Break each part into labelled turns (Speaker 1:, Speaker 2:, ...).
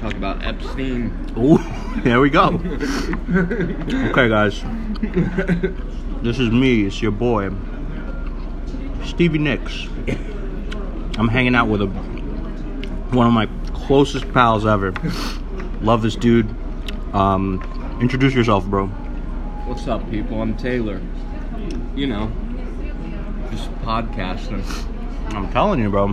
Speaker 1: talk about Epstein.
Speaker 2: Ooh, there we go. Okay, guys. This is me. It's your boy, Stevie Nicks. I'm hanging out with a one of my closest pals ever. Love this dude. Um, introduce yourself, bro.
Speaker 1: What's up, people? I'm Taylor. You know, just podcasting.
Speaker 2: I'm telling you, bro.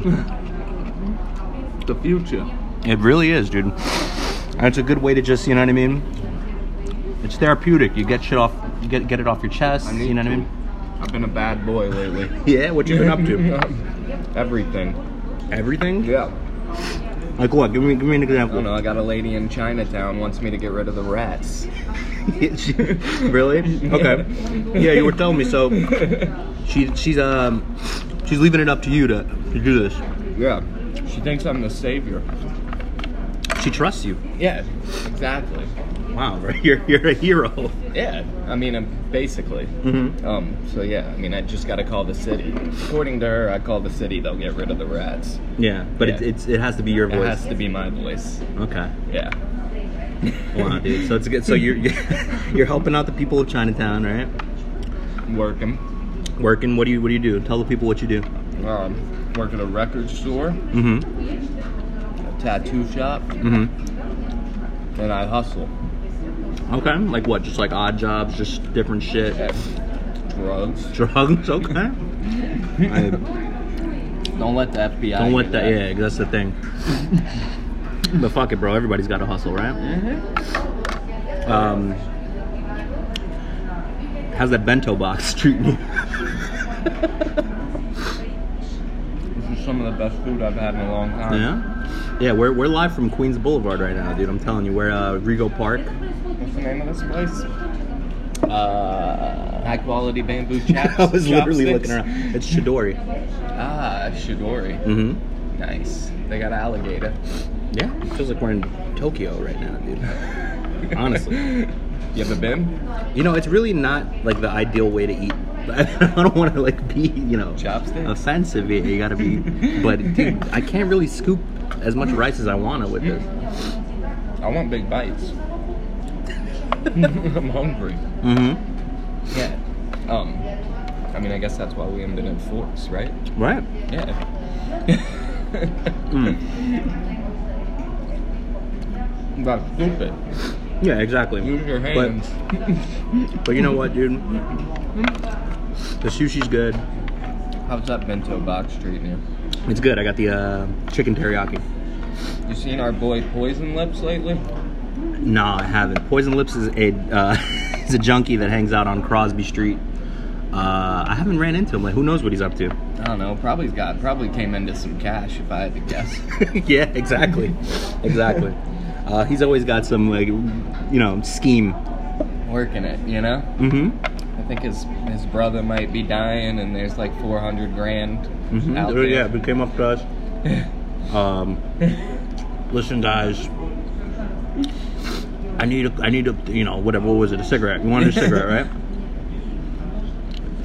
Speaker 1: The future.
Speaker 2: It really is, dude. And it's a good way to just, you know what I mean? It's therapeutic. You get shit off, you get get it off your chest.
Speaker 1: I need
Speaker 2: You know what I
Speaker 1: to.
Speaker 2: mean?
Speaker 1: I've been a bad boy lately.
Speaker 2: Yeah. What you been up to?
Speaker 1: Everything.
Speaker 2: Everything.
Speaker 1: Yeah.
Speaker 2: Like what? Give me, give me an
Speaker 1: I don't
Speaker 2: example.
Speaker 1: know. I got a lady in Chinatown wants me to get rid of the rats.
Speaker 2: really? Okay. Yeah, you were telling me. So she, she's um, she's leaving it up to you to, to do this.
Speaker 1: Yeah. She thinks I'm the savior.
Speaker 2: She trusts you.
Speaker 1: Yeah. Exactly.
Speaker 2: Wow, bro, you're you're a hero.
Speaker 1: Yeah. I mean, I'm basically.
Speaker 2: Mm-hmm.
Speaker 1: Um, so yeah, I mean, I just gotta call the city. According to her, I call the city, they'll get rid of the rats.
Speaker 2: Yeah, but
Speaker 1: Yeah.
Speaker 2: It, it's it has to be your
Speaker 1: It
Speaker 2: voice.
Speaker 1: has to be my voice.
Speaker 2: Okay.
Speaker 1: Yeah.
Speaker 2: Wow, dude. So it's good. So you're you're helping out the people of Chinatown, right?
Speaker 1: Working.
Speaker 2: Working. What do you What do you do? Tell the people what you do.
Speaker 1: Um, work at a record store,
Speaker 2: Mm-hmm.
Speaker 1: a tattoo shop,
Speaker 2: Mm-hmm.
Speaker 1: and I hustle.
Speaker 2: Okay. Like what? Just like odd jobs, just different shit.
Speaker 1: Yeah. Drugs.
Speaker 2: Drugs. Okay. I
Speaker 1: Don't let the FBI.
Speaker 2: don't let
Speaker 1: do
Speaker 2: that. Yeah, that's the thing. but fuck it, bro. Everybody's got to hustle, right?
Speaker 1: Mhm.
Speaker 2: Um. How's that bento box treating you?
Speaker 1: This is some of the best food I've had in a long time.
Speaker 2: Yeah. Yeah, we're, we're live from Queens Boulevard right now, dude. I'm telling you, we're uh, Rigo Park.
Speaker 1: What's the name of this place? Uh, high quality bamboo chaps.
Speaker 2: I was literally
Speaker 1: chopsticks.
Speaker 2: looking around. It's Shidori.
Speaker 1: Ah, Shidori.
Speaker 2: hmm
Speaker 1: Nice. They got alligator.
Speaker 2: Yeah. It feels like we're in Tokyo right now, dude. Honestly.
Speaker 1: You ever been?
Speaker 2: You know, it's really not like the ideal way to eat. I don't want to like be, you know,
Speaker 1: Chopsticks?
Speaker 2: offensive. Yeah, you gotta be. But dude, I can't really scoop as much rice as I wanna with this.
Speaker 1: I want big bites. I'm hungry.
Speaker 2: Mm-hmm.
Speaker 1: Yeah. Um, I mean, I guess that's why we ended in force, right?
Speaker 2: Right.
Speaker 1: Yeah.
Speaker 2: Mm.
Speaker 1: that's stupid.
Speaker 2: Yeah, exactly.
Speaker 1: Use your
Speaker 2: But-
Speaker 1: hands.
Speaker 2: But you know what, dude? The sushi's good.
Speaker 1: How's that bento box treating you?
Speaker 2: It's good. I got the uh, chicken teriyaki.
Speaker 1: You seen our boy Poison Lips lately?
Speaker 2: Nah, I haven't. Poison Lips is a uh, is a junkie that hangs out on Crosby Street. Uh, I haven't ran into him. Like, who knows what he's up to?
Speaker 1: I don't know. Probably got. Probably came into some cash if I had to guess.
Speaker 2: yeah, exactly, exactly. Uh, he's always got some like, you know, scheme.
Speaker 1: Working it, you know.
Speaker 2: Mm-hmm.
Speaker 1: I think his his brother might be dying, and there's like 400 grand
Speaker 2: Mm-hmm.
Speaker 1: out
Speaker 2: Oh,
Speaker 1: there.
Speaker 2: Yeah, it came up to us. Um, listen, guys. I need a, I need a, you know, whatever. What was it? A cigarette. You wanted a cigarette, right?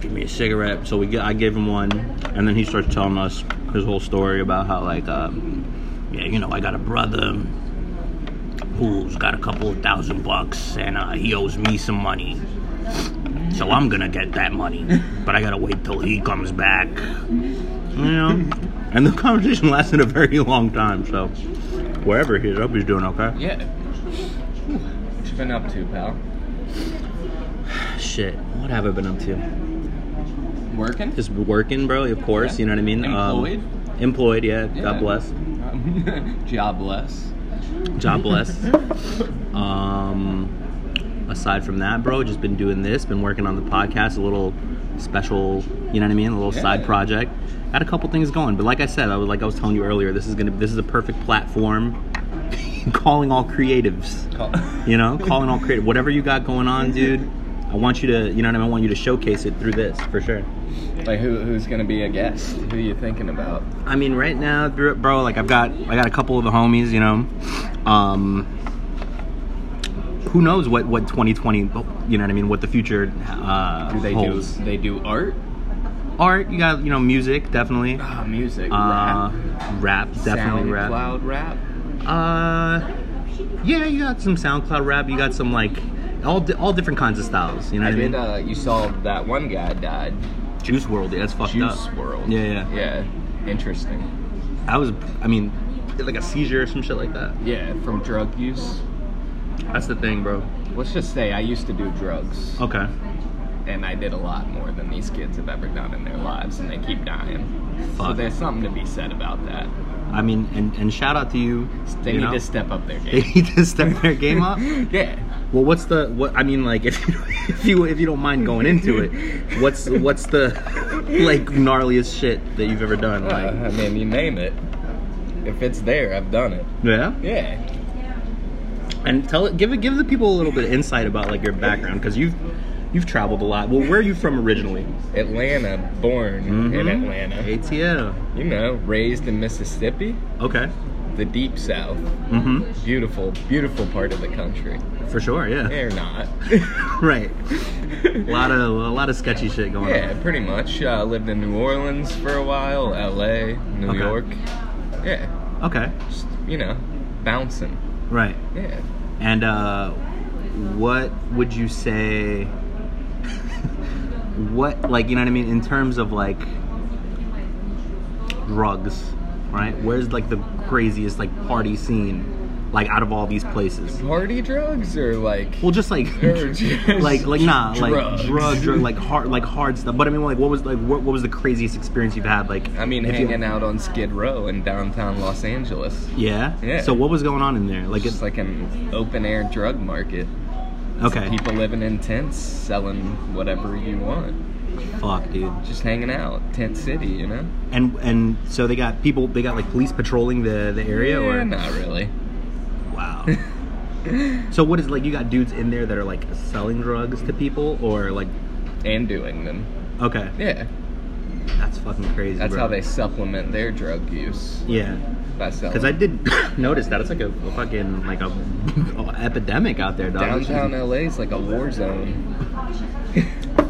Speaker 2: Give me a cigarette. So we, get, I gave him one, and then he starts telling us his whole story about how, like, um, yeah, you know, I got a brother who's got a couple of thousand bucks, and uh, he owes me some money. So I'm gonna get that money, but I gotta wait till he comes back. You know? And the conversation lasted a very long time, so wherever he is, I hope he's doing okay.
Speaker 1: Yeah. What you been up to, pal?
Speaker 2: Shit, what have I been up to?
Speaker 1: Working?
Speaker 2: Just working, bro, of course, you know what I mean?
Speaker 1: Employed?
Speaker 2: Um, employed, yeah,
Speaker 1: Yeah.
Speaker 2: God bless.
Speaker 1: Um, jobless.
Speaker 2: Job bless. um, aside from that, bro, just been doing this, been working on the podcast, a little special, you know what I mean, a little
Speaker 1: Yeah.
Speaker 2: side project. Had a couple things going, but like I said, I was like I was telling you earlier, this is gonna this is a perfect platform. calling all creatives,
Speaker 1: Call-
Speaker 2: you know, calling all creative, whatever you got going on, dude. I want you to, you know what I mean. I want you to showcase it through this for sure.
Speaker 1: like who, who's gonna be a guest? Who you thinking about?
Speaker 2: I mean, right now, bro, bro, like I've got I got a couple of the homies, you know. Um, who knows what what 2020, you know what I mean? What the future uh,
Speaker 1: Do they
Speaker 2: holds?
Speaker 1: do they do art?
Speaker 2: Art, you got you know music definitely.
Speaker 1: Ah, music,
Speaker 2: Uh,
Speaker 1: rap,
Speaker 2: rap definitely
Speaker 1: SoundCloud rap.
Speaker 2: rap. Uh, Yeah, you got some SoundCloud rap. You got some like all di- all different kinds of styles. You know
Speaker 1: I
Speaker 2: what I mean?
Speaker 1: did. Uh, you saw that one guy died.
Speaker 2: Juice World. Yeah, that's fucked
Speaker 1: Juice
Speaker 2: up.
Speaker 1: World.
Speaker 2: Yeah, yeah,
Speaker 1: Yeah. Interesting.
Speaker 2: I was. I mean, like a seizure or some shit like that.
Speaker 1: Yeah, from drug use.
Speaker 2: That's the thing, bro.
Speaker 1: Let's just say I used to do drugs,
Speaker 2: Okay.
Speaker 1: and I did a lot more than these kids have ever done in their lives, and they keep dying. So
Speaker 2: Fuck.
Speaker 1: there's something to be said about that.
Speaker 2: I mean, and and shout out to you.
Speaker 1: They
Speaker 2: you
Speaker 1: need
Speaker 2: know?
Speaker 1: to step up their
Speaker 2: They
Speaker 1: game.
Speaker 2: need to step their game up.
Speaker 1: yeah.
Speaker 2: Well, what's the what? I mean, like if you if you if you don't mind going into it, what's what's the like gnarliest shit that you've ever done?
Speaker 1: Uh,
Speaker 2: Like,
Speaker 1: I mean, you name it. If it's there, I've done it.
Speaker 2: yeah.
Speaker 1: Yeah.
Speaker 2: And tell it, give it, give the people a little bit of insight about like your background because you've you've traveled a lot. Well, where are you from originally?
Speaker 1: Atlanta, born Mm-hmm. in
Speaker 2: Mhm.
Speaker 1: Atlanta.
Speaker 2: ATL.
Speaker 1: You know, raised in Mississippi,
Speaker 2: Okay.
Speaker 1: the deep south.
Speaker 2: Mm-hmm.
Speaker 1: Beautiful, beautiful part of the country.
Speaker 2: For sure. Yeah.
Speaker 1: They're not.
Speaker 2: Right. A lot of a lot of sketchy shit going
Speaker 1: yeah, pretty much. Uh, lived in New Orleans for a while, LA, New
Speaker 2: Okay.
Speaker 1: York. Yeah,
Speaker 2: on. Okay.
Speaker 1: just, you know, bouncing.
Speaker 2: Right.
Speaker 1: Yeah.
Speaker 2: And uh, what would you say? what like you know what I mean in terms of like drugs, right? Where's like the craziest like party scene, like out of all these places?
Speaker 1: Party drugs or like.
Speaker 2: Well, just like
Speaker 1: Or just
Speaker 2: like like nah
Speaker 1: drugs.
Speaker 2: like drug drug like hard like hard stuff. But I mean like what was like what, what was the craziest experience you've had like?
Speaker 1: I mean,
Speaker 2: if you-
Speaker 1: hanging out on Skid Row in downtown Los Angeles.
Speaker 2: Yeah?
Speaker 1: Yeah.
Speaker 2: So what was going on in there? Like
Speaker 1: It's
Speaker 2: it's
Speaker 1: like an open air drug market.
Speaker 2: okay.
Speaker 1: People living in tents, selling whatever you want.
Speaker 2: Fuck, dude.
Speaker 1: Just hanging out, tent city, you know.
Speaker 2: And and so they got people they got like police patrolling the the area
Speaker 1: Eh,
Speaker 2: or
Speaker 1: not really.
Speaker 2: wow. so what is like you got dudes in there that are like selling drugs to people or like
Speaker 1: and doing them.
Speaker 2: okay
Speaker 1: Yeah,
Speaker 2: that's fucking crazy.
Speaker 1: that's
Speaker 2: bro.
Speaker 1: how they supplement their drug use
Speaker 2: yeah.
Speaker 1: by selling.
Speaker 2: Because I did notice that it's like a, a fucking like a, epidemic out there, dog.
Speaker 1: downtown LA is like a war zone. uh,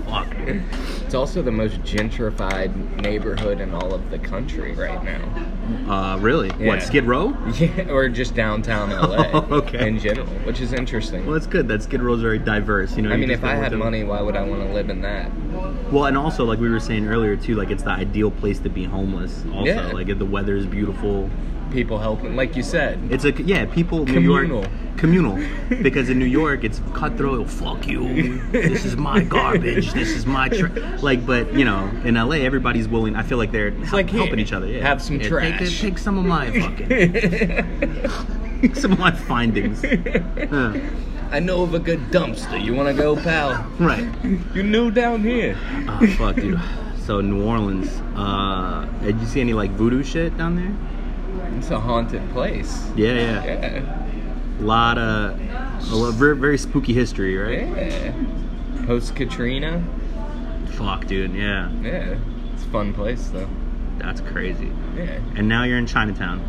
Speaker 2: Fuck.
Speaker 1: It's also the most gentrified neighborhood in all of the country right now.
Speaker 2: Uh, really?
Speaker 1: Yeah.
Speaker 2: What Skid Row?
Speaker 1: Yeah, or just downtown LA
Speaker 2: Okay.
Speaker 1: in general, which is interesting.
Speaker 2: Well, that's good. That Skid Row's very diverse. You know.
Speaker 1: I
Speaker 2: you
Speaker 1: mean,
Speaker 2: just
Speaker 1: if I
Speaker 2: go
Speaker 1: had
Speaker 2: with
Speaker 1: money, why would I want to live in that?
Speaker 2: them. Well, and also like we were saying earlier too, like it's the ideal place to be homeless. Also,
Speaker 1: Yeah.
Speaker 2: like if the weather is beautiful.
Speaker 1: People helping, like you said.
Speaker 2: It's like yeah, people New York communal because in New York it's cutthroat. Fuck you. This is my garbage. This is my tra-. like. But you know, in LA, everybody's willing. I feel like they're
Speaker 1: like, here,
Speaker 2: helping each other. Yeah.
Speaker 1: have some
Speaker 2: yeah,
Speaker 1: trash.
Speaker 2: Take, take some of my fucking some of my findings. Uh,
Speaker 1: I know of a good dumpster. You want to go, pal?
Speaker 2: right.
Speaker 1: You new down here?
Speaker 2: Ah, fuck, dude. So New Orleans. Uh, did you see any like voodoo shit down there?
Speaker 1: It's a haunted place.
Speaker 2: Yeah, yeah.
Speaker 1: Yeah.
Speaker 2: A lot of a lot, very, very spooky history, right?
Speaker 1: Yeah. Post Katrina.
Speaker 2: Fuck, dude. Yeah,
Speaker 1: Yeah. It's a fun place though.
Speaker 2: that's crazy.
Speaker 1: Yeah.
Speaker 2: And now you're in Chinatown.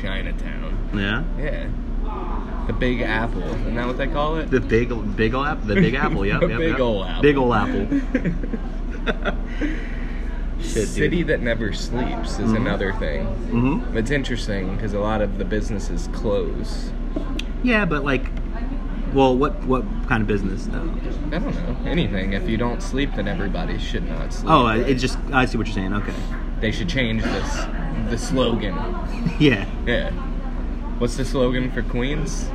Speaker 1: Chinatown.
Speaker 2: Yeah.
Speaker 1: Yeah. The Big Apple. Isn't that what they call it?
Speaker 2: The big big ol' apple. The big apple. Yep.
Speaker 1: The
Speaker 2: yep,
Speaker 1: big
Speaker 2: yep.
Speaker 1: ol' apple.
Speaker 2: Big ol' apple. Shit, dude.
Speaker 1: City that never sleeps is
Speaker 2: Mhm.
Speaker 1: another thing.
Speaker 2: hmm
Speaker 1: It's interesting because a lot of the businesses close.
Speaker 2: Yeah, but like, well, what what kind of business though?
Speaker 1: I don't know anything. If you don't sleep, then everybody should not sleep.
Speaker 2: Oh, I-
Speaker 1: right?
Speaker 2: it just I see what you're saying. Okay.
Speaker 1: they should change this the slogan.
Speaker 2: Yeah.
Speaker 1: Yeah. What's the slogan for Queens?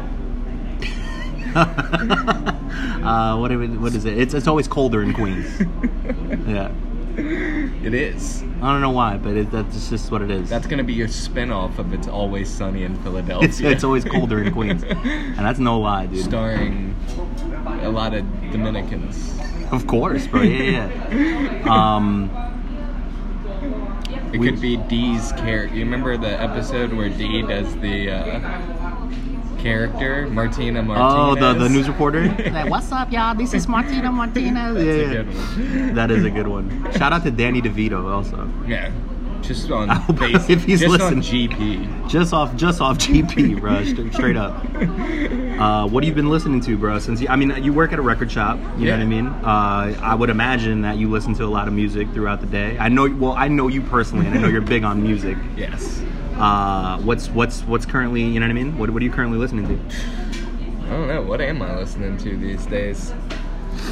Speaker 2: uh, what, do we- what is it? It's, it's always colder in Queens. yeah.
Speaker 1: It is.
Speaker 2: I don't know why, but it, that's just what it is.
Speaker 1: That's gonna be your spin-off of It's Always Sunny in Philadelphia.
Speaker 2: it's, it's always colder in Queens. And that's no lie, dude.
Speaker 1: Starring a lot of Dominicans.
Speaker 2: Of course, bro. Yeah, yeah, yeah. Um,
Speaker 1: It could be Dee's character. You remember the episode where Dee does the uh, character Martina
Speaker 2: oh,
Speaker 1: Martinez?
Speaker 2: the, the news reporter?
Speaker 3: Like, what's up, y'all? This is Martina Martinez.
Speaker 1: That's
Speaker 2: Yeah,
Speaker 1: a
Speaker 2: yeah.
Speaker 1: good one.
Speaker 2: That is a good one. Shout out to Danny DeVito also.
Speaker 1: Yeah, just on
Speaker 2: I hope-
Speaker 1: base,
Speaker 2: if he's
Speaker 1: just on
Speaker 2: listening.
Speaker 1: GP.
Speaker 2: Just off, just off GP, bro. Straight, straight up. Uh, what have you been listening to, bro? Since you, I mean, you work at a record shop. You
Speaker 1: Yeah.
Speaker 2: know what I mean. Uh, I would imagine that you listen to a lot of music throughout the day. I know. Well, I know you personally, and I know you're big on music.
Speaker 1: Yes,
Speaker 2: Uh, what's what's what's currently you know what I mean? What, what are you currently listening to?
Speaker 1: I don't know. What am I listening to these days?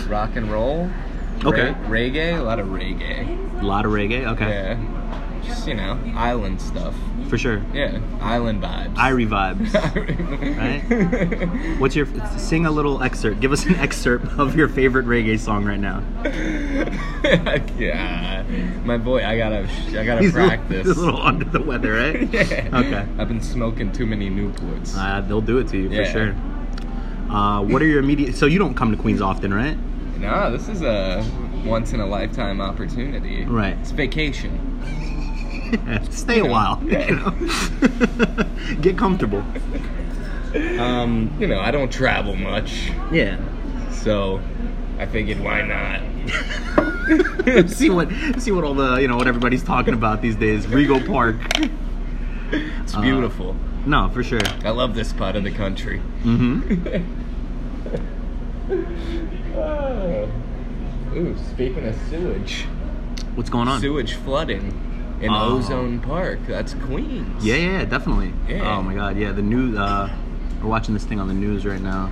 Speaker 1: Rock and roll.
Speaker 2: Okay.
Speaker 1: Re- reggae. A lot of reggae.
Speaker 2: A lot of reggae. Okay,
Speaker 1: Yeah. Just you know, island stuff.
Speaker 2: for sure.
Speaker 1: Yeah, island vibes.
Speaker 2: Irie vibes.
Speaker 1: right.
Speaker 2: What's your sing a little excerpt? Give us an excerpt of your favorite reggae song right now.
Speaker 1: yeah, my boy. I gotta, I gotta
Speaker 2: He's a little-
Speaker 1: practice.
Speaker 2: he's a little under the weather, right?
Speaker 1: Yeah.
Speaker 2: Okay.
Speaker 1: I've been smoking too many Newports.
Speaker 2: Uh, they'll do it to you
Speaker 1: Yeah.
Speaker 2: for sure. Uh, what are your immediate? So you don't come to Queens often, right?
Speaker 1: no, this is a once in a lifetime opportunity.
Speaker 2: Right.
Speaker 1: It's vacation.
Speaker 2: Stay a while. you
Speaker 1: Yeah.
Speaker 2: know? Get comfortable. Um,
Speaker 1: You know, I don't travel much,
Speaker 2: yeah.
Speaker 1: so I figured why not?
Speaker 2: see what see what all the you know what everybody's talking about these days. Regal Park.
Speaker 1: It's
Speaker 2: Uh,
Speaker 1: beautiful.
Speaker 2: No, for sure.
Speaker 1: I love this part of the country.
Speaker 2: Mm-hmm.
Speaker 1: Ooh, speaking of sewage,
Speaker 2: What's going on?
Speaker 1: sewage flooding in
Speaker 2: Oh.
Speaker 1: Ozone Park. That's Queens.
Speaker 2: Yeah, yeah, yeah, definitely.
Speaker 1: Yeah.
Speaker 2: Oh my god, yeah, the news. Uh, we're watching this thing on the news right now.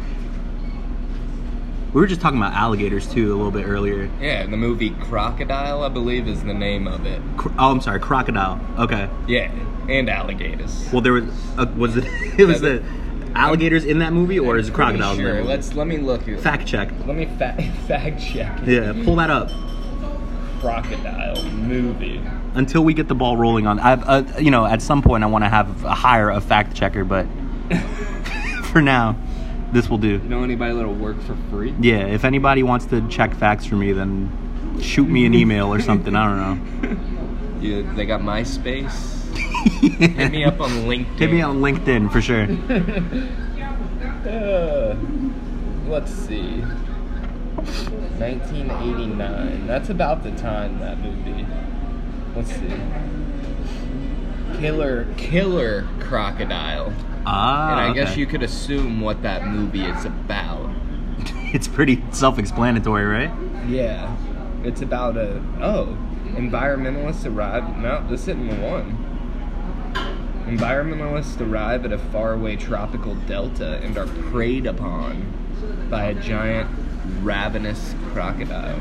Speaker 2: We were just talking about alligators too a little bit earlier.
Speaker 1: Yeah, the movie Crocodile, I believe, is the name of it.
Speaker 2: Cro- oh, I'm sorry, crocodile. Okay.
Speaker 1: Yeah, and alligators.
Speaker 2: Well, there was uh, was it, it was the alligators in that movie or is it
Speaker 1: I'm pretty
Speaker 2: crocodiles? in that
Speaker 1: Sure.
Speaker 2: movie?
Speaker 1: Let's let me look. Here.
Speaker 2: fact check.
Speaker 1: Let me fa- fact check.
Speaker 2: Yeah, pull that up
Speaker 1: Crocodile movie.
Speaker 2: until we get the ball rolling on. I've uh, you know at some point I want to have a hire a fact checker, but for now, this will do.
Speaker 1: You know anybody that'll work for free?
Speaker 2: Yeah, if anybody wants to check facts for me, then shoot me an email or something. I don't know.
Speaker 1: Yeah, they got MySpace. Hit me up on LinkedIn.
Speaker 2: Hit me on LinkedIn for sure.
Speaker 1: Uh, let's see. 1989. That's about the time that movie. Let's see. Killer, killer crocodile.
Speaker 2: Ah,
Speaker 1: and I guess
Speaker 2: okay.
Speaker 1: you could assume what that movie is about.
Speaker 2: It's pretty self-explanatory, right?
Speaker 1: Yeah, it's about a oh, environmentalists arrive. No, this isn't the one. Environmentalists arrive at a faraway tropical delta and are preyed upon by a giant ravenous crocodile.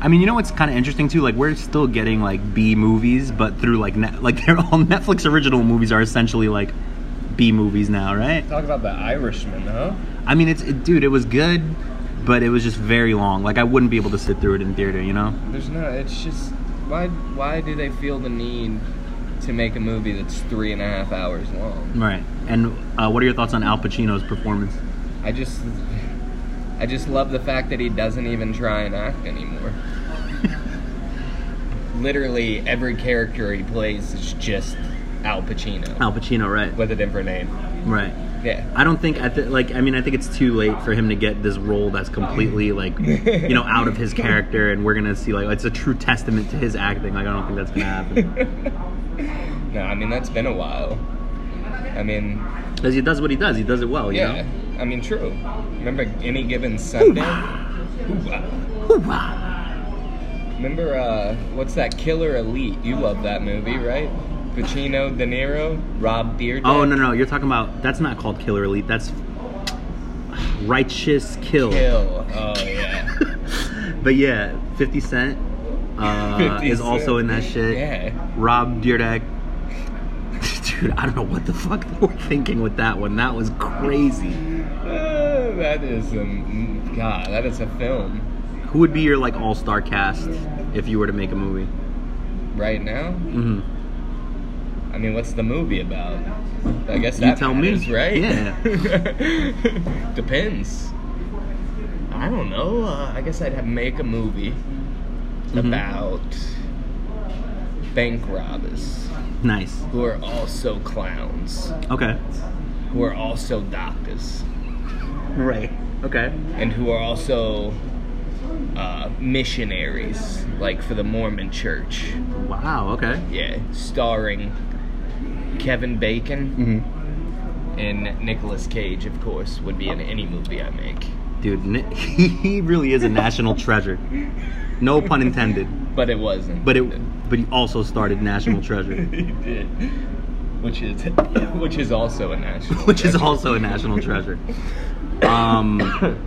Speaker 2: I mean, you know what's kind of interesting too? Like we're still getting like B movies, but through like net, like they're all Netflix original movies are essentially like B movies now, right?
Speaker 1: Talk about the Irishman, huh?
Speaker 2: I mean, it's it, dude, it was good, but it was just very long. Like I wouldn't be able to sit through it in theater, you know?
Speaker 1: There's no. It's just why why do they feel the need to make a movie that's three and a half hours long?
Speaker 2: Right. And uh, what are your thoughts on Al Pacino's performance?
Speaker 1: I just I just love the fact that he doesn't even try and act anymore. Literally every character he plays is just Al Pacino
Speaker 2: Al Pacino, right?
Speaker 1: with a different name.
Speaker 2: Right.
Speaker 1: Yeah.
Speaker 2: I don't think at the, like I mean I think it's too late for him to get this role that's completely like you know out of his character and we're gonna see like it's a true testament to his acting like I don't think that's gonna happen
Speaker 1: No, I mean that's been a while. I mean,
Speaker 2: because he does what he does he does it well you
Speaker 1: yeah. I mean, true. Remember any given Sunday? Ooh-wah.
Speaker 2: know Hoo-wah.
Speaker 1: Remember uh, what's that Killer Elite? You love that movie, right? Pacino, De Niro, Rob Deerdeck.
Speaker 2: oh no no you're talking about that's not called Killer Elite that's Righteous Kill,
Speaker 1: Kill. Oh yeah.
Speaker 2: but yeah 50 Cent uh,
Speaker 1: 50
Speaker 2: is
Speaker 1: Cent.
Speaker 2: also in that shit
Speaker 1: Yeah.
Speaker 2: Rob Deerdeck dude I don't know what the fuck they were thinking with that one that was crazy.
Speaker 1: Uh, that is um, God. That is a film
Speaker 2: Who would be your like all star cast if you were to make a movie?
Speaker 1: right now.
Speaker 2: Mm-hmm.
Speaker 1: I mean, what's the movie about? I guess
Speaker 2: You
Speaker 1: that
Speaker 2: tell me.
Speaker 1: matters, right?
Speaker 2: Yeah.
Speaker 1: Depends. I don't know. Uh, I guess I'd have make a movie
Speaker 2: Mhm.
Speaker 1: about bank robbers
Speaker 2: Nice.
Speaker 1: who are also clowns,
Speaker 2: Okay.
Speaker 1: who are also doctors,
Speaker 2: Right. Okay.
Speaker 1: and who are also uh, missionaries, like for the Mormon Church.
Speaker 2: Wow. Okay.
Speaker 1: Yeah, starring Kevin Bacon
Speaker 2: Mm-hmm.
Speaker 1: and Nicolas Cage, of course, would be in any movie I make.
Speaker 2: Dude, Ni- he really is a national treasure. No pun intended.
Speaker 1: But it wasn't.
Speaker 2: But it, but he also started National Treasure.
Speaker 1: he did. which is which is also a national.
Speaker 2: which is
Speaker 1: treasure.
Speaker 2: also a national treasure. Um,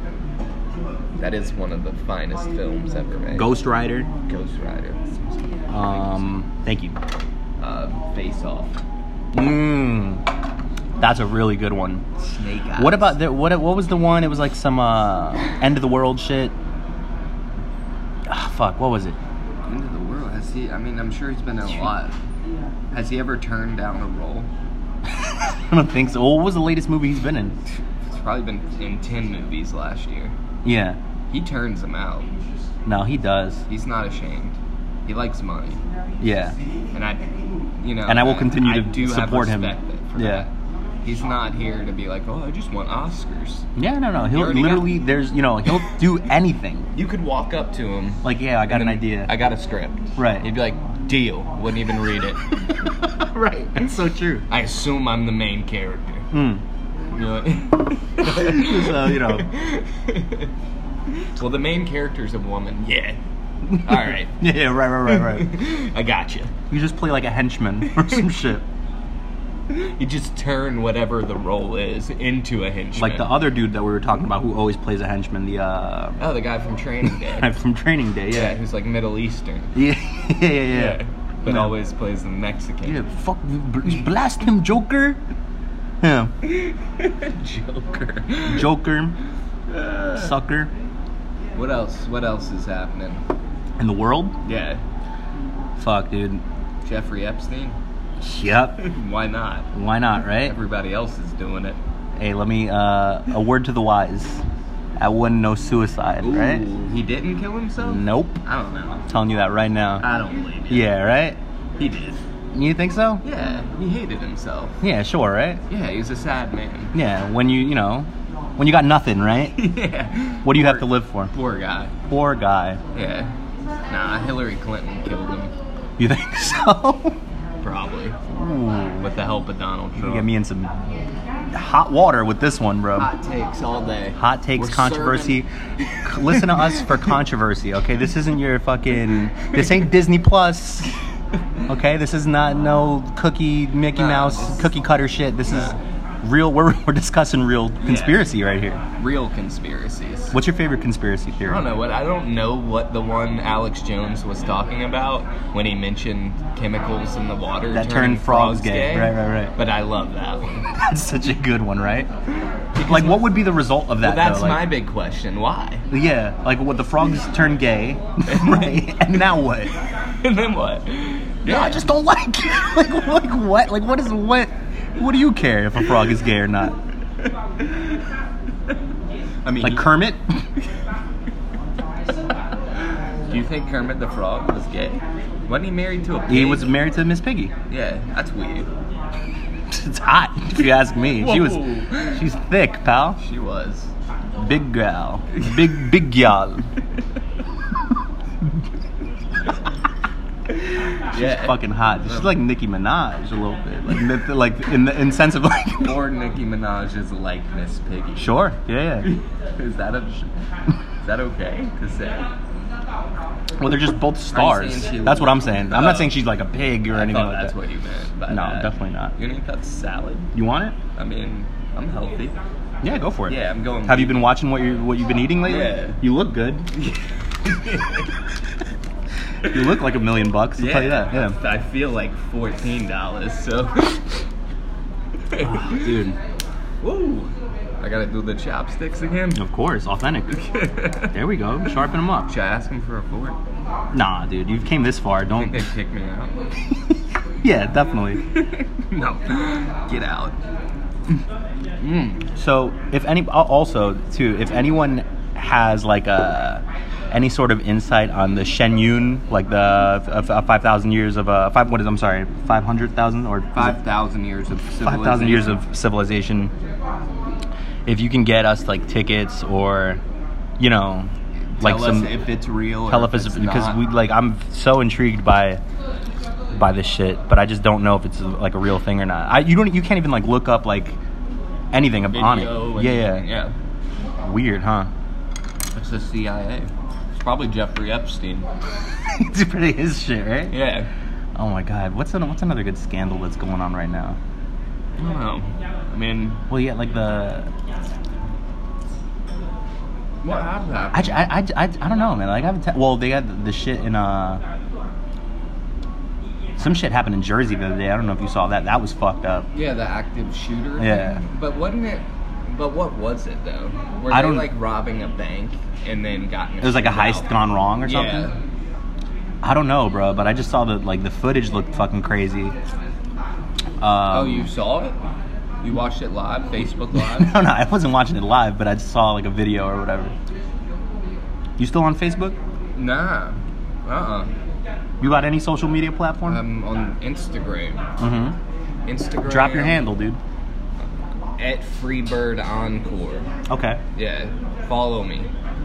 Speaker 1: That is one of the finest films ever made.
Speaker 2: Ghost Rider.
Speaker 1: Ghost Rider.
Speaker 2: Um, thank you.
Speaker 1: Uh, face Off.
Speaker 2: Mm, that's a really good one.
Speaker 1: Snake Eyes.
Speaker 2: What about the what? What was the one? It was like some uh, end of the world shit. Ah, fuck, what was it?
Speaker 1: End of the world. Has he? I mean, I'm sure he's been in a lot. Has he ever turned down a role?
Speaker 2: I don't think so. What was the latest movie he's been in?
Speaker 1: It's probably been in ten movies last year.
Speaker 2: Yeah,
Speaker 1: He turns them out.
Speaker 2: no, he does.
Speaker 1: He's not ashamed. He likes money,
Speaker 2: Yeah,
Speaker 1: and I, you know,
Speaker 2: And I will continue
Speaker 1: I
Speaker 2: to
Speaker 1: do have
Speaker 2: support him.
Speaker 1: respect For
Speaker 2: Yeah.
Speaker 1: that. He's not here to be like, oh, I just want Oscars.
Speaker 2: yeah, no, no. He'll
Speaker 1: already got-
Speaker 2: literally there's you know he'll do anything.
Speaker 1: You could walk up to him.
Speaker 2: Like yeah, I got an idea.
Speaker 1: I got a script.
Speaker 2: Right.
Speaker 1: He'd be like, deal. Wouldn't even read it.
Speaker 2: right, it's so true.
Speaker 1: I assume I'm the main character.
Speaker 2: Mm.
Speaker 1: You know?
Speaker 2: So, you know.
Speaker 1: Well, the main character's a woman. Yeah. All right.
Speaker 2: Yeah, right, right, right, right.
Speaker 1: I got you.
Speaker 2: You just play like a henchman or some shit,
Speaker 1: You just turn whatever the role is into a henchman.
Speaker 2: like the other dude that we were talking about who always plays a henchman. The uh,
Speaker 1: oh, the guy from Training
Speaker 2: guy
Speaker 1: Day.
Speaker 2: from Training Day.
Speaker 1: yeah,
Speaker 2: Yeah,
Speaker 1: who's like Middle Eastern.
Speaker 2: yeah, yeah, yeah. yeah.
Speaker 1: But
Speaker 2: No.
Speaker 1: always plays the Mexican.
Speaker 2: Yeah, fuck, bl- blast him, Joker. Yeah,
Speaker 1: Joker.
Speaker 2: Joker, sucker,
Speaker 1: What else? What else is happening?
Speaker 2: in the world.
Speaker 1: Yeah.
Speaker 2: Fuck, dude.
Speaker 1: Jeffrey Epstein.
Speaker 2: Yep.
Speaker 1: Why not?
Speaker 2: Why not, right?
Speaker 1: Everybody else is doing it.
Speaker 2: Hey, let me. Uh, a word to the wise. I wouldn't know suicide, right?
Speaker 1: Ooh, He didn't kill himself?
Speaker 2: Nope.
Speaker 1: I don't know.
Speaker 2: telling you that right now.
Speaker 1: I don't believe it.
Speaker 2: yeah, right?
Speaker 1: He did.
Speaker 2: You think so?
Speaker 1: Yeah, he hated himself.
Speaker 2: Yeah, sure, right?
Speaker 1: Yeah, he was a sad man.
Speaker 2: Yeah, when you, you know, when you got nothing, right?
Speaker 1: yeah.
Speaker 2: What do you have to live for?
Speaker 1: Poor guy.
Speaker 2: Poor guy.
Speaker 1: Yeah. Nah, Hillary Clinton killed him.
Speaker 2: You think so?
Speaker 1: Probably.
Speaker 2: Ooh.
Speaker 1: With the help of Donald
Speaker 2: You
Speaker 1: Trump.
Speaker 2: get me in some hot water with this one, bro.
Speaker 1: Hot takes all day.
Speaker 2: Hot takes,
Speaker 1: We're
Speaker 2: controversy.
Speaker 1: serving-
Speaker 2: Listen to us for controversy, okay? This isn't your fucking. This ain't Disney Plus, okay? This is not no cookie Mickey
Speaker 1: Nah, this
Speaker 2: Mouse
Speaker 1: is-
Speaker 2: cookie cutter shit. This is real. We're, we're discussing real conspiracy right here.
Speaker 1: Real conspiracies.
Speaker 2: What's your favorite conspiracy theory?
Speaker 1: I don't know what I don't know what the one Alex Jones was talking about when he mentioned chemicals in the water
Speaker 2: That
Speaker 1: turning
Speaker 2: turned frogs gay. Right, right, right.
Speaker 1: But I love that one.
Speaker 2: That's such a good one, right? like, what would be the result of that?
Speaker 1: well, that's
Speaker 2: though?
Speaker 1: my
Speaker 2: Like,
Speaker 1: big question. Why?
Speaker 2: Yeah, like what the frogs turned gay, right? And now what?
Speaker 1: and then what?
Speaker 2: No, I just don't like it. like, like what? Like what is what? What do you care if a frog is gay or not?
Speaker 1: I mean,
Speaker 2: Like Kermit?
Speaker 1: do you think Kermit the Frog was gay? Wasn't he married to a pig?
Speaker 2: He was married to Miss Piggy.
Speaker 1: Yeah, that's weird.
Speaker 2: It's hot, if you ask me. She was,
Speaker 1: Whoa.
Speaker 2: she's thick, pal.
Speaker 1: She was.
Speaker 2: Big gal, big big gal.
Speaker 1: yeah.
Speaker 2: Fucking hot. She's like Nicki Minaj a little bit, like in the- like in the in sense of like.
Speaker 1: Or Nicki Minaj's likeness piggy.
Speaker 2: Sure. Yeah. yeah.
Speaker 1: Is that a? Is that okay to say?
Speaker 2: Well, they're just both stars.
Speaker 1: saying she-
Speaker 2: That's what I'm saying. I'm not
Speaker 1: Oh.
Speaker 2: saying she's like a pig or
Speaker 1: I
Speaker 2: anything
Speaker 1: thought
Speaker 2: like
Speaker 1: that's
Speaker 2: that.
Speaker 1: what you meant. By
Speaker 2: No,
Speaker 1: that.
Speaker 2: definitely not.
Speaker 1: You think that's salad?
Speaker 2: You want it?
Speaker 1: I mean, I'm healthy.
Speaker 2: Yeah, go for it.
Speaker 1: Yeah, I'm going.
Speaker 2: Have you been watching what you what you've been eating lately?
Speaker 1: Yeah.
Speaker 2: You look good. you look like a million bucks. I'll
Speaker 1: Yeah,
Speaker 2: tell you that. Oh, Yeah.
Speaker 1: I feel like fourteen dollars. So.
Speaker 2: Dude,
Speaker 1: Woo! I gotta do the chopsticks again.
Speaker 2: of course, authentic.
Speaker 1: Should
Speaker 2: There we go. Sharpen them up.
Speaker 1: I ask him for a fork? I
Speaker 2: Nah, dude, you've came this far.
Speaker 1: think
Speaker 2: Don't.
Speaker 1: they kick me out.
Speaker 2: Yeah, definitely.
Speaker 1: no, get out.
Speaker 2: So if any, al- also too, if anyone has like a any sort of insight on the Shen Yun, like the uh, five thousand years of uh, five. What is I'm sorry, five hundred thousand or
Speaker 1: Five thousand years of civilization.
Speaker 2: five thousand years of civilization. If you can get us like tickets or, you know, like
Speaker 1: tell
Speaker 2: some
Speaker 1: us if it's real.
Speaker 2: tell
Speaker 1: or
Speaker 2: if it's because
Speaker 1: not.
Speaker 2: we like I'm so intrigued by by this shit, but I just don't know if it's like a real thing or not. I you don't you can't even like look up like anything on
Speaker 1: Video
Speaker 2: it.
Speaker 1: and-
Speaker 2: Yeah, yeah,
Speaker 1: yeah.
Speaker 2: Weird, huh?
Speaker 1: It's the CIA. It's probably Jeffrey Epstein.
Speaker 2: it's pretty his shit, right?
Speaker 1: Yeah.
Speaker 2: Oh my god, what's an, what's another good scandal that's going on right now?
Speaker 1: I don't know. I mean,
Speaker 2: Well, yeah, like the
Speaker 1: what happened?
Speaker 2: I, j- I, I j- I j- I don't know, man. Like I haven't. Te- well, they got the, the shit in uh. Some shit happened in Jersey the other day. I don't know if you saw that. That was fucked up.
Speaker 1: Yeah, the active shooter.
Speaker 2: Yeah.
Speaker 1: thing. But wasn't it? But what was it though? Were
Speaker 2: I
Speaker 1: they
Speaker 2: don't-
Speaker 1: like robbing a bank and then gotten?
Speaker 2: It was like a heist gone wrong or something.
Speaker 1: Yeah.
Speaker 2: I don't know, bro. But I just saw the like the footage looked fucking crazy. Um,
Speaker 1: Oh, you saw it? You watched it live, Facebook
Speaker 2: no,
Speaker 1: live?
Speaker 2: no, I wasn't watching it live, but I just saw like a video or whatever. You still on Facebook?
Speaker 1: nah. Uh.
Speaker 2: You got any social media
Speaker 1: uh
Speaker 2: platform?
Speaker 1: I'm on Instagram.
Speaker 2: mm-hmm.
Speaker 1: Instagram.
Speaker 2: Drop your handle, dude.
Speaker 1: At Freebird Encore.
Speaker 2: Okay.
Speaker 1: Yeah. Follow me.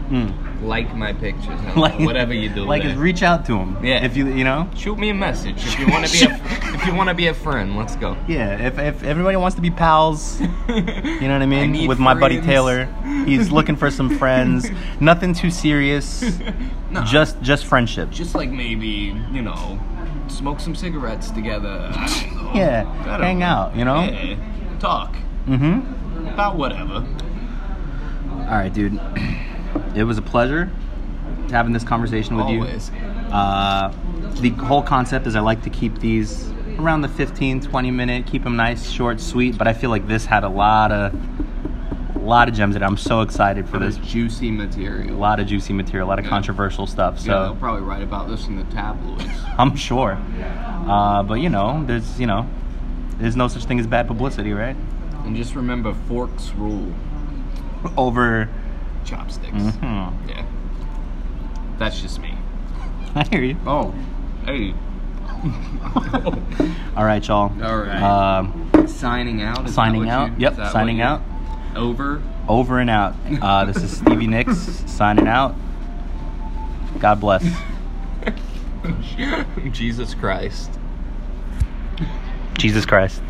Speaker 2: Mm.
Speaker 1: Like my pictures. I don't know, whatever you do.
Speaker 2: Like,
Speaker 1: there.
Speaker 2: is reach out to him.
Speaker 1: Yeah.
Speaker 2: If you, you know.
Speaker 1: Shoot me a message if you want to be a if you want to be a friend. Let's go.
Speaker 2: Yeah. If if everybody wants to be pals,
Speaker 1: You
Speaker 2: You know what I mean? With my buddy Taylor. He's looking for some friends. Nothing too serious.
Speaker 1: no, just
Speaker 2: Just just friendship.
Speaker 1: just like maybe you know, smoke some cigarettes together. I don't know.
Speaker 2: Yeah.
Speaker 1: I don't
Speaker 2: Hang
Speaker 1: know.
Speaker 2: out, you know?
Speaker 1: Yeah. Talk
Speaker 2: Mm-hmm.
Speaker 1: about whatever.
Speaker 2: Alright, dude. It was a pleasure having this conversation with
Speaker 1: Always.
Speaker 2: you. Uh the whole concept is I like to keep these around the 15, 20 minute, keep them nice, short, sweet, but I feel like this had a lot of lot of gems in it. I'm so excited for
Speaker 1: There's
Speaker 2: this.
Speaker 1: juicy
Speaker 2: A
Speaker 1: material.
Speaker 2: lot of juicy material, a lot of
Speaker 1: Yeah.
Speaker 2: controversial stuff. So
Speaker 1: yeah, they'll probably write about this in the tabloids.
Speaker 2: I'm sure. Uh, but you know, there's you know, there's no such thing as bad publicity, right?
Speaker 1: and just remember, forks rule.
Speaker 2: Over.
Speaker 1: Chopsticks.
Speaker 2: Mhm.
Speaker 1: Yeah. That's just me.
Speaker 2: I hear you.
Speaker 1: Oh, hey.
Speaker 2: All right, y'all.
Speaker 1: All right.
Speaker 2: Um,
Speaker 1: signing out. is that
Speaker 2: signing
Speaker 1: what you-
Speaker 2: out.
Speaker 1: is
Speaker 2: Yep.
Speaker 1: that what
Speaker 2: Signing
Speaker 1: you-
Speaker 2: out.
Speaker 1: Over.
Speaker 2: Over and out. Uh, this is Stevie Nicks signing out. God bless.
Speaker 1: Jesus Christ.
Speaker 2: Jesus Christ.